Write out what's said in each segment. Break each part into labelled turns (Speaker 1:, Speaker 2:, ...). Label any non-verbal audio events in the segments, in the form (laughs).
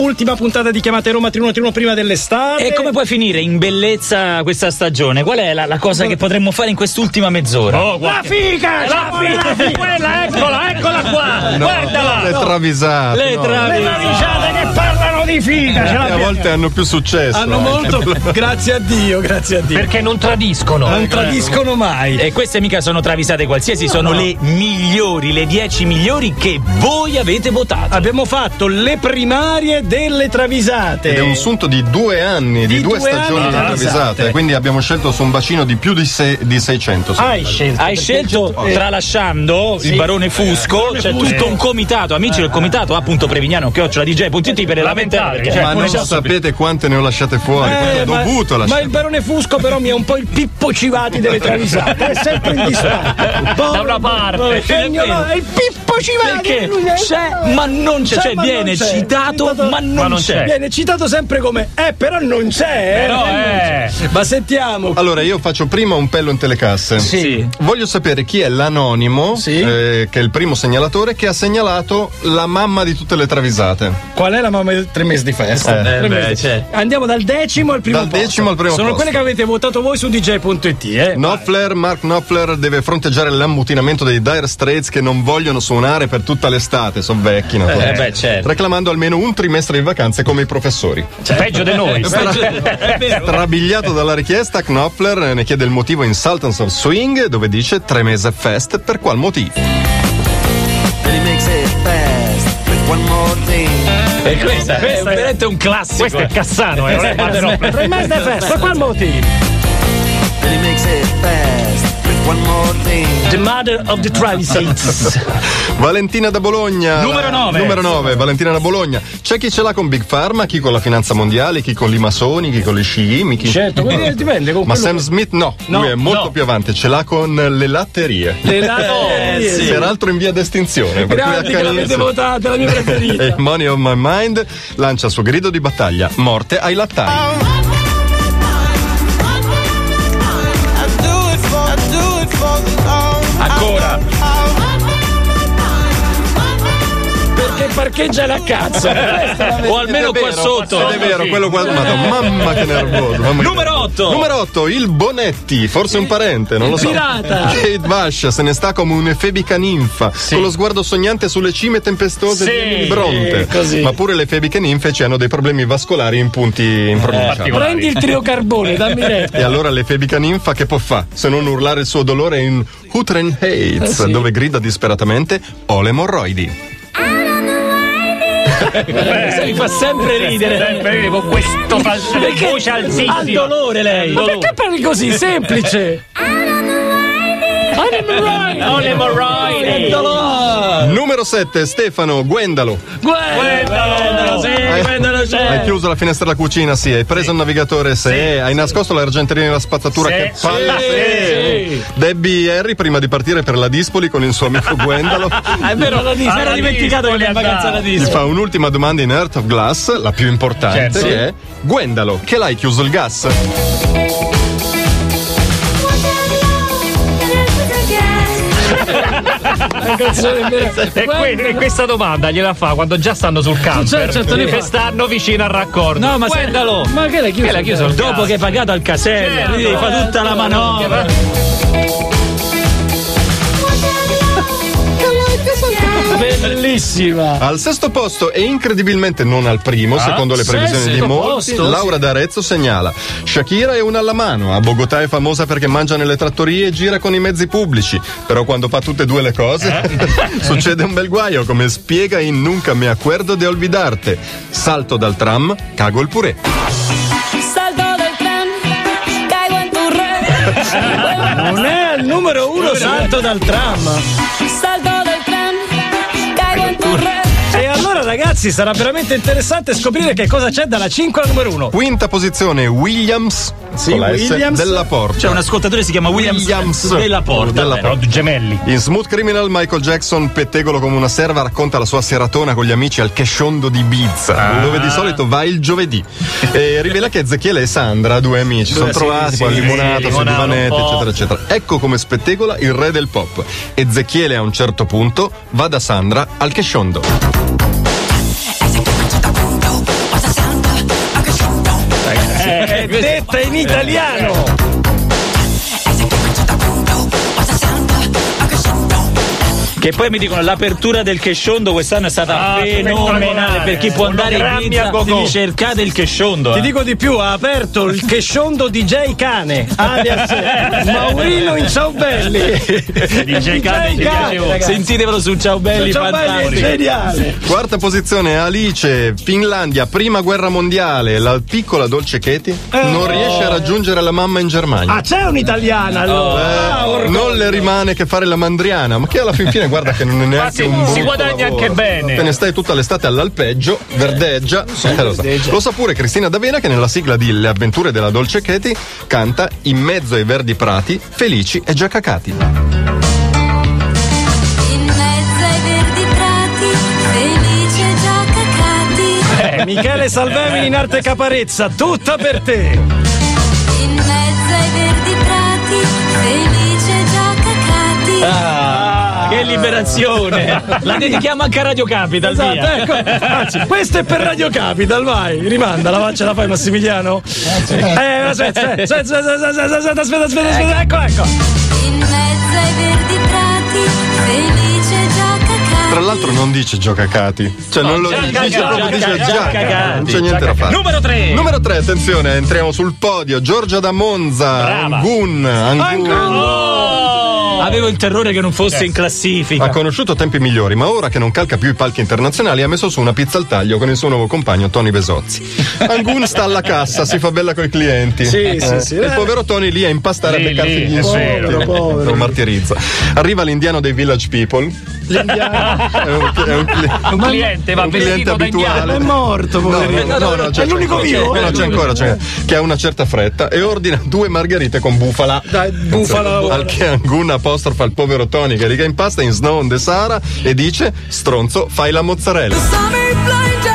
Speaker 1: Ultima puntata di chiamate Roma Triuno Triuno prima dell'estate.
Speaker 2: E come puoi finire in bellezza questa stagione? Qual è la, la cosa che potremmo fare in quest'ultima mezz'ora?
Speaker 3: Oh,
Speaker 1: La
Speaker 3: guarda.
Speaker 1: figa!
Speaker 3: La
Speaker 1: Ciao, la
Speaker 3: fi- quella, eccola, eccola qua.
Speaker 4: No,
Speaker 3: Guardala.
Speaker 4: Le travisate.
Speaker 2: Le
Speaker 4: no.
Speaker 2: travi-
Speaker 1: Le navicate che parlano di figa! Ce
Speaker 4: A
Speaker 1: l'abbiamo.
Speaker 4: volte hanno più successo. eh.
Speaker 1: Hanno
Speaker 4: anche.
Speaker 1: molto.
Speaker 2: (laughs)
Speaker 1: Grazie a Dio, grazie a Dio.
Speaker 3: Perché non tradiscono. Eh.
Speaker 1: Non tradiscono mai.
Speaker 2: E queste mica sono travisate qualsiasi, sono le migliori, le 10 migliori che voi avete votato.
Speaker 1: Abbiamo fatto le primarie delle travisate.
Speaker 4: Ed è un sunto di due anni, di,
Speaker 1: Di
Speaker 4: due,
Speaker 1: due
Speaker 4: stagioni
Speaker 1: anni
Speaker 4: di
Speaker 1: di travisate.
Speaker 4: travisate. Quindi abbiamo scelto su un bacino di più di, se- di 600. sì.
Speaker 1: Hai scelto.
Speaker 2: Hai scelto, tralasciando il barone Fusco, c'è tutto un comitato, amici del comitato, appunto Prevignano, chiocciola.dj.it per lamentare. Perché
Speaker 3: cioè,
Speaker 4: ma non
Speaker 2: già-
Speaker 4: sapete quante ne ho lasciate fuori. quante
Speaker 1: Eh,
Speaker 4: ho
Speaker 1: ma,
Speaker 4: dovuto
Speaker 1: ma
Speaker 4: lasciare.
Speaker 1: il barone Fusco però mi è un po' il Pippo Civati
Speaker 2: (laughs)
Speaker 1: delle travisate, è sempre in disparte.
Speaker 3: Da una parte.
Speaker 1: Pegno, no, è il Pippo Civati.
Speaker 2: eh, perché
Speaker 1: lui è-
Speaker 2: c'è ma non c'è,
Speaker 1: C'è,
Speaker 2: cioè
Speaker 1: ma
Speaker 2: viene
Speaker 1: non c'è.
Speaker 2: citato ma non,
Speaker 3: non
Speaker 2: c'è.
Speaker 3: c'è.
Speaker 1: Viene citato sempre come eh però non c'è, eh,
Speaker 3: Però, eh.
Speaker 1: Ma sentiamo.
Speaker 4: Allora, io faccio prima un pello in telecasse.
Speaker 2: Sì.
Speaker 4: Voglio sapere chi è l'anonimo, eh, che è il primo segnalatore, che ha segnalato la mamma di tutte le travisate.
Speaker 1: Qual è la mamma del tre mesi di festa?
Speaker 4: Eh,
Speaker 1: Tre
Speaker 2: beh,
Speaker 1: mesi di-
Speaker 2: c'è.
Speaker 1: Andiamo dal decimo al primo
Speaker 4: Dal
Speaker 1: posto.
Speaker 4: decimo al primo
Speaker 1: Sono
Speaker 4: posto.
Speaker 1: quelle che avete votato voi su dj.it, eh.
Speaker 4: Certo. Knopfler, Mark Knopfler deve fronteggiare l'ammutinamento dei Dire Straits che non vogliono suonare per tutta l'estate, sono vecchi naturalmente.
Speaker 2: Eh, beh, certo.
Speaker 4: Reclamando almeno un trimestre di vacanze come i professori.
Speaker 1: Cioè,
Speaker 3: Peggio di noi.
Speaker 2: È vero.
Speaker 4: Trabigliato dalla richiesta, Knopfler ne chiede il motivo in Sultans of Swing, dove dice tre mese fest per qual motivo.
Speaker 5: And he makes it fast with one more thing.
Speaker 2: E questa, è veramente un classico.
Speaker 3: Questo è Cassano, eh. non è Paterno.
Speaker 1: Tre mesi di festa, qual motivo?
Speaker 5: And he makes it fast with one more thing.
Speaker 1: The mother of the Travisates.
Speaker 4: Valentina da Bologna.
Speaker 2: Numero nove.
Speaker 4: Numero 9, Valentina da Bologna. C'è chi ce l'ha con Big Pharma, chi con la finanza mondiale, chi con i massoni, chi con gli sciimi, chi...
Speaker 1: certo,
Speaker 4: (laughs)
Speaker 1: quindi dipende con
Speaker 4: Ma
Speaker 1: quello
Speaker 4: Sam Smith no,
Speaker 1: No,
Speaker 4: lui è molto
Speaker 1: no.
Speaker 4: più avanti, ce l'ha con le latterie.
Speaker 1: che- Le latte-
Speaker 2: Eh, sì.
Speaker 4: Peraltro in via d'estinzione. per cui
Speaker 1: Grandi che l'avete
Speaker 4: accanirsi. (laughs)
Speaker 1: votata, la mia
Speaker 4: E
Speaker 1: preferita.
Speaker 4: (laughs) Money on My Mind lancia il suo grido di battaglia: Morte ai lattari.
Speaker 2: Ah, Ancora.
Speaker 1: Perché parcheggia la cazzo.
Speaker 2: o almeno
Speaker 4: Ed Eh,
Speaker 2: qua
Speaker 4: è vero,
Speaker 2: sotto. Eh.
Speaker 4: Ed è vero, quello qua. Madonna, mamma che nervoso. mamma che
Speaker 2: Numero
Speaker 4: nervoso.
Speaker 2: 8.
Speaker 4: Numero 8, il Bonetti, forse un parente, non lo so.
Speaker 1: pirata.
Speaker 4: Kate Bush se ne sta come un'efebica ninfa, con lo sguardo sognante sulle cime tempestose
Speaker 3: Sì,
Speaker 4: di Emily Bronte.
Speaker 1: sì, così.
Speaker 4: Ma pure le efebiche ninfe ci hanno dei problemi vascolari in punti
Speaker 2: Eh,
Speaker 4: impronunciabili.
Speaker 3: particolari.
Speaker 1: Prendi il trio carbone, dammi retta.
Speaker 4: E allora l'efebica ninfa che può fa se non urlare il suo dolore in Hutren Heights, dove grida disperatamente ho le emorroidi.
Speaker 2: Eh, Mi fa sempre ridere.
Speaker 3: Sempre con questo falso
Speaker 1: Perché
Speaker 3: voce
Speaker 1: ha il
Speaker 3: altissima.
Speaker 1: dolore lei. Ma perché parli così? Semplice.
Speaker 3: Non le morroidi.
Speaker 4: Numero 7, Stefano Guendalo.
Speaker 3: Guardalo, sì.
Speaker 4: Hai-
Speaker 1: Guendalo c'è.
Speaker 4: Hai chiuso la finestra della cucina, sì. Hai preso il navigatore, sì. Hai nascosto l'argenteria nella spazzatura,
Speaker 3: Sì.
Speaker 4: che
Speaker 3: Sì.
Speaker 4: palle. sì. Debbie Harry, prima di partire per la Dispoli con il suo amico Guendalo,
Speaker 1: È vero, la
Speaker 3: Ah,
Speaker 1: era dimenticato
Speaker 3: la
Speaker 1: che
Speaker 3: Disco,
Speaker 1: era in
Speaker 3: le
Speaker 1: vacanza
Speaker 3: andava.
Speaker 1: la
Speaker 4: gli
Speaker 1: disco.
Speaker 4: fa un'ultima domanda in Earth of Glass, la più importante,
Speaker 3: Certo.
Speaker 4: che è Guendalo, che l'hai chiuso il gas?
Speaker 3: E, que- e questa domanda gliela fa quando già stanno sul camper
Speaker 1: Certo, certo, li
Speaker 3: che
Speaker 1: fa.
Speaker 3: stanno vicino al raccordo. Eh,
Speaker 2: No, ma se-
Speaker 1: Ma che l'hai chiuso?
Speaker 3: Che l'ha chiuso?
Speaker 2: Dopo che hai pagato al casello,
Speaker 3: Certo.
Speaker 2: lui fa tutta la manovra.
Speaker 1: Bellissima.
Speaker 4: Al sesto posto e incredibilmente non al primo, secondo le previsioni di
Speaker 1: Ah, sesto
Speaker 4: molti,
Speaker 1: posto,
Speaker 4: Laura d'Arezzo segnala Shakira è una alla mano, a Bogotà è famosa perché mangia nelle trattorie e gira con i mezzi pubblici, però quando fa tutte e due le cose
Speaker 1: Eh?
Speaker 4: (laughs) succede un bel guaio, come spiega in Nunca me acuerdo de olvidarte. Salto dal tram, cago il purè.
Speaker 6: Salto del tren, caigo en tu red.
Speaker 1: Non è al numero uno salto dal tram.
Speaker 6: Salto del tren, caigo en tu red.
Speaker 1: E allora ragazzi sarà veramente interessante scoprire che cosa c'è dalla 5 al numero 1.
Speaker 4: Quinta posizione Williams, con la S,
Speaker 1: Williams.
Speaker 4: della Porta.
Speaker 2: C'è un ascoltatore che si chiama Williams,
Speaker 4: Williams.
Speaker 2: della Porta.
Speaker 4: Della
Speaker 2: beh.
Speaker 4: Porta.
Speaker 3: Gemelli.
Speaker 4: In Smooth Criminal Michael Jackson, pettegolo come una serva, racconta la sua seratona con gli amici al Cheshondo di
Speaker 3: Ah.
Speaker 4: Ibiza, dove di solito va il giovedì. E rivela che Ezechiele e Sandra, due amici, sono trovati poi al
Speaker 3: sì,
Speaker 4: limonato, sui
Speaker 3: limonata un
Speaker 4: divanetti,
Speaker 3: po'.
Speaker 4: eccetera, eccetera. Ecco come spettegola il re del pop. Ezechiele a un certo punto va da Sandra al Cheshondo.
Speaker 7: Ese que manchota punto.
Speaker 1: è detta in italiano.
Speaker 2: Che poi mi dicono l'apertura del Chesciondo quest'anno è stata fenomenale. Per chi può andare in Ibiza, quindi cercate il Chesciondo.
Speaker 1: Ti
Speaker 2: eh.
Speaker 1: dico di più, ha aperto il chesciondo DJ Cane, alias Maurino in Ciaubelli. DJ
Speaker 3: Cane ci piace molto.
Speaker 1: ragazzi.
Speaker 2: Sentitevelo su Ciao Belli,
Speaker 1: Ciao Belli è
Speaker 2: fantastico.
Speaker 1: geniale.
Speaker 4: Quarta posizione Alice, Finlandia, prima guerra mondiale. La piccola Dolce Katie
Speaker 3: Eh,
Speaker 4: non riesce a raggiungere la mamma in Germania.
Speaker 1: Ah, c'è un'italiana allora. Ah, orco-
Speaker 4: Eh, non le rimane che fare la mandriana, ma che alla fin fine guarda che non è neanche
Speaker 3: si-
Speaker 4: un
Speaker 3: si
Speaker 4: brutto
Speaker 3: guadagna
Speaker 4: lavoro.
Speaker 3: anche bene.
Speaker 4: Te ne stai tutta l'estate all'alpeggio, verdeggia. eh, lo, sa. Lo sa pure Cristina D'Avena che nella sigla di Le avventure della Dolce Katie canta In mezzo ai verdi prati, felici e giacacati.
Speaker 6: In mezzo ai verdi prati, felice già cacati.
Speaker 1: Michele Salvemini in arte caparezza, tutta per te.
Speaker 6: In mezzo ai verdi prati, felice già cacati.
Speaker 2: Che liberazione! La dedichiamo anche a Radio Capital.
Speaker 1: Esatto,
Speaker 2: via.
Speaker 1: ecco. Anzi, questo è per Radio Capital, vai, rimandala, va, ce la fai Massimiliano? Eh, aspetta, aspetta, aspetta, aspetta, aspetta, aspetta, aspetta, aspetta, ecco, ecco.
Speaker 6: In mezzo ai verdi prati, felice già cacati.
Speaker 4: Tra l'altro non dice giacacati, cioè non lo dice, dice
Speaker 2: giacacati,
Speaker 4: proprio dice
Speaker 2: giacacati,
Speaker 4: giacacati, non c'è niente da
Speaker 2: giacacati.
Speaker 4: fare.
Speaker 2: Numero
Speaker 3: eh.
Speaker 2: 3!
Speaker 4: Numero 3, attenzione, entriamo sul podio. Giorgia da Monza,
Speaker 3: Brava.
Speaker 4: Angun, Angun.
Speaker 2: Avevo il terrore che non fosse in
Speaker 4: Ha
Speaker 2: classifica.
Speaker 4: conosciuto tempi migliori, ma ora che non calca più i palchi internazionali ha messo su una pizza al taglio con il suo nuovo compagno Tony Besozzi.
Speaker 3: (laughs)
Speaker 4: Angun sta alla cassa, si fa bella coi clienti.
Speaker 1: Sì, sì, sì.
Speaker 4: E il povero Tony lì a impastare
Speaker 3: Lì,
Speaker 4: a beccarsi
Speaker 3: lì,
Speaker 4: gli
Speaker 3: è
Speaker 4: insulti.
Speaker 3: vero.
Speaker 4: Lo martirizza. Arriva l'indiano dei Village People. È un, è un cli-
Speaker 3: Un cliente va
Speaker 4: un cliente
Speaker 3: vestito da indiano.
Speaker 4: abituale.
Speaker 1: È morto,
Speaker 4: No,
Speaker 1: poverino.
Speaker 4: no, no, no, c'è
Speaker 1: è l'unico
Speaker 4: ancora,
Speaker 1: vivo.
Speaker 4: c'è- no, c'è ancora, c'è ancora. che ha una certa fretta e ordina due margherite con bufala.
Speaker 1: Dai, bufala ora.
Speaker 4: Al che Angun apostrofa il povero Tony che riga impasta in Snow on the Sahara e dice: Stronzo, fai la mozzarella.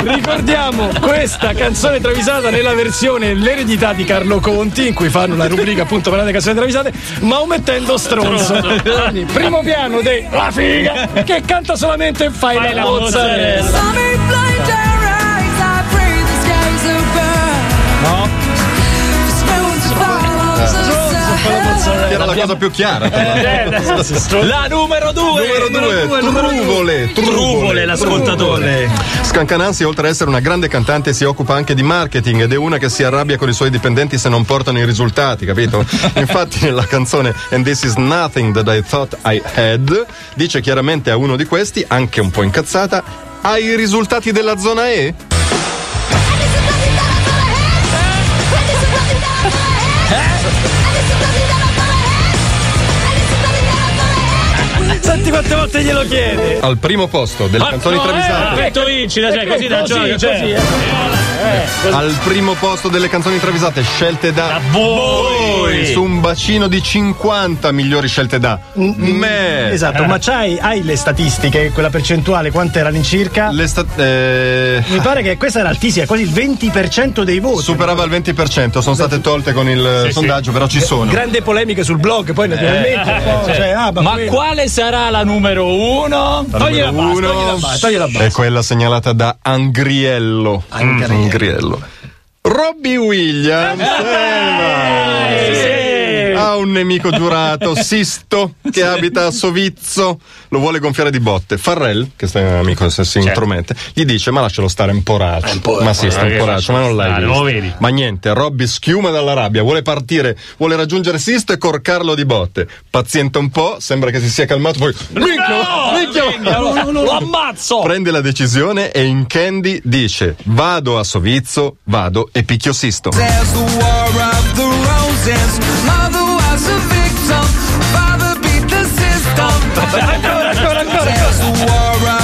Speaker 1: Ricordiamo questa canzone travisata nella versione L'eredità di Carlo Conti, in cui fanno la rubrica appunto per le canzoni travisate, ma omettendo stronzo. Quindi, primo piano de La figa, che canta solamente Fai, la
Speaker 3: Fai la
Speaker 1: mozzarella.
Speaker 4: Che era la cosa più chiara. tra l'altro.
Speaker 2: La
Speaker 1: Oh,
Speaker 2: numero 2!
Speaker 4: Eh, Numero due,
Speaker 2: Truvole
Speaker 4: Truvole. Truvole.
Speaker 2: l'ascoltatore.
Speaker 4: Scancanansi, oltre ad essere una grande cantante, si occupa anche di marketing ed è una che si arrabbia con i suoi dipendenti se non portano i risultati, (laughs) capito? Infatti, nella canzone And This Is Nothing That I Thought I Had, dice chiaramente a uno di questi, anche un po' incazzata, hai i risultati della zona E?
Speaker 1: Senti quante volte glielo chiede.
Speaker 4: Al primo posto delle canzoni travisate.
Speaker 2: Perfetto, vinci, cioè, così da gioia.
Speaker 1: Ecco, Così,
Speaker 2: cioè.
Speaker 1: così, eh.
Speaker 4: Al primo posto delle canzoni travisate scelte da voi su un bacino di 50 migliori scelte da me.
Speaker 1: Esatto, ma c'hai, hai le statistiche, quella percentuale, quant'era all'incirca?
Speaker 4: Le sta- eh,
Speaker 1: Mi pare che questa era altissima, quasi il 20% dei voti.
Speaker 4: superava il 20%, sono state tolte con il sondaggio, però ci sono.
Speaker 1: Grande polemica sul blog, poi naturalmente. un po', cioè, ah, ma
Speaker 2: Eh, certo. Ma
Speaker 1: quello-
Speaker 2: quale sarà la numero 1?
Speaker 1: Togli la base,
Speaker 4: Numero
Speaker 1: togli la base, togli la base.
Speaker 4: È quella segnalata da Angriello. Angriello. Robbie Williams eh, vai. ha un nemico giurato, Sisto, che abita a Sovizzo, lo vuole gonfiare di botte. Farrell, che sta amico se si intromette, gli dice: Ma lascialo stare, è un poraccio. ma sì, sta un
Speaker 3: che
Speaker 4: poraccio, ma non l'hai
Speaker 3: stare,
Speaker 4: visto.
Speaker 3: lo vedi?
Speaker 4: Ma niente, Robby schiuma dalla rabbia, vuole partire, vuole raggiungere Sisto e corcarlo di botte. Pazienta un po', sembra che si sia calmato, poi. Minchia, minchia,
Speaker 2: Lo ammazzo!
Speaker 4: Prende la decisione e in Candy dice: Vado a Sovizzo, vado e picchio Sisto.
Speaker 5: There's the war of the roses. Mother was a victim. Father beat the system.
Speaker 1: Ancora, ancora, ancora.
Speaker 5: There's the war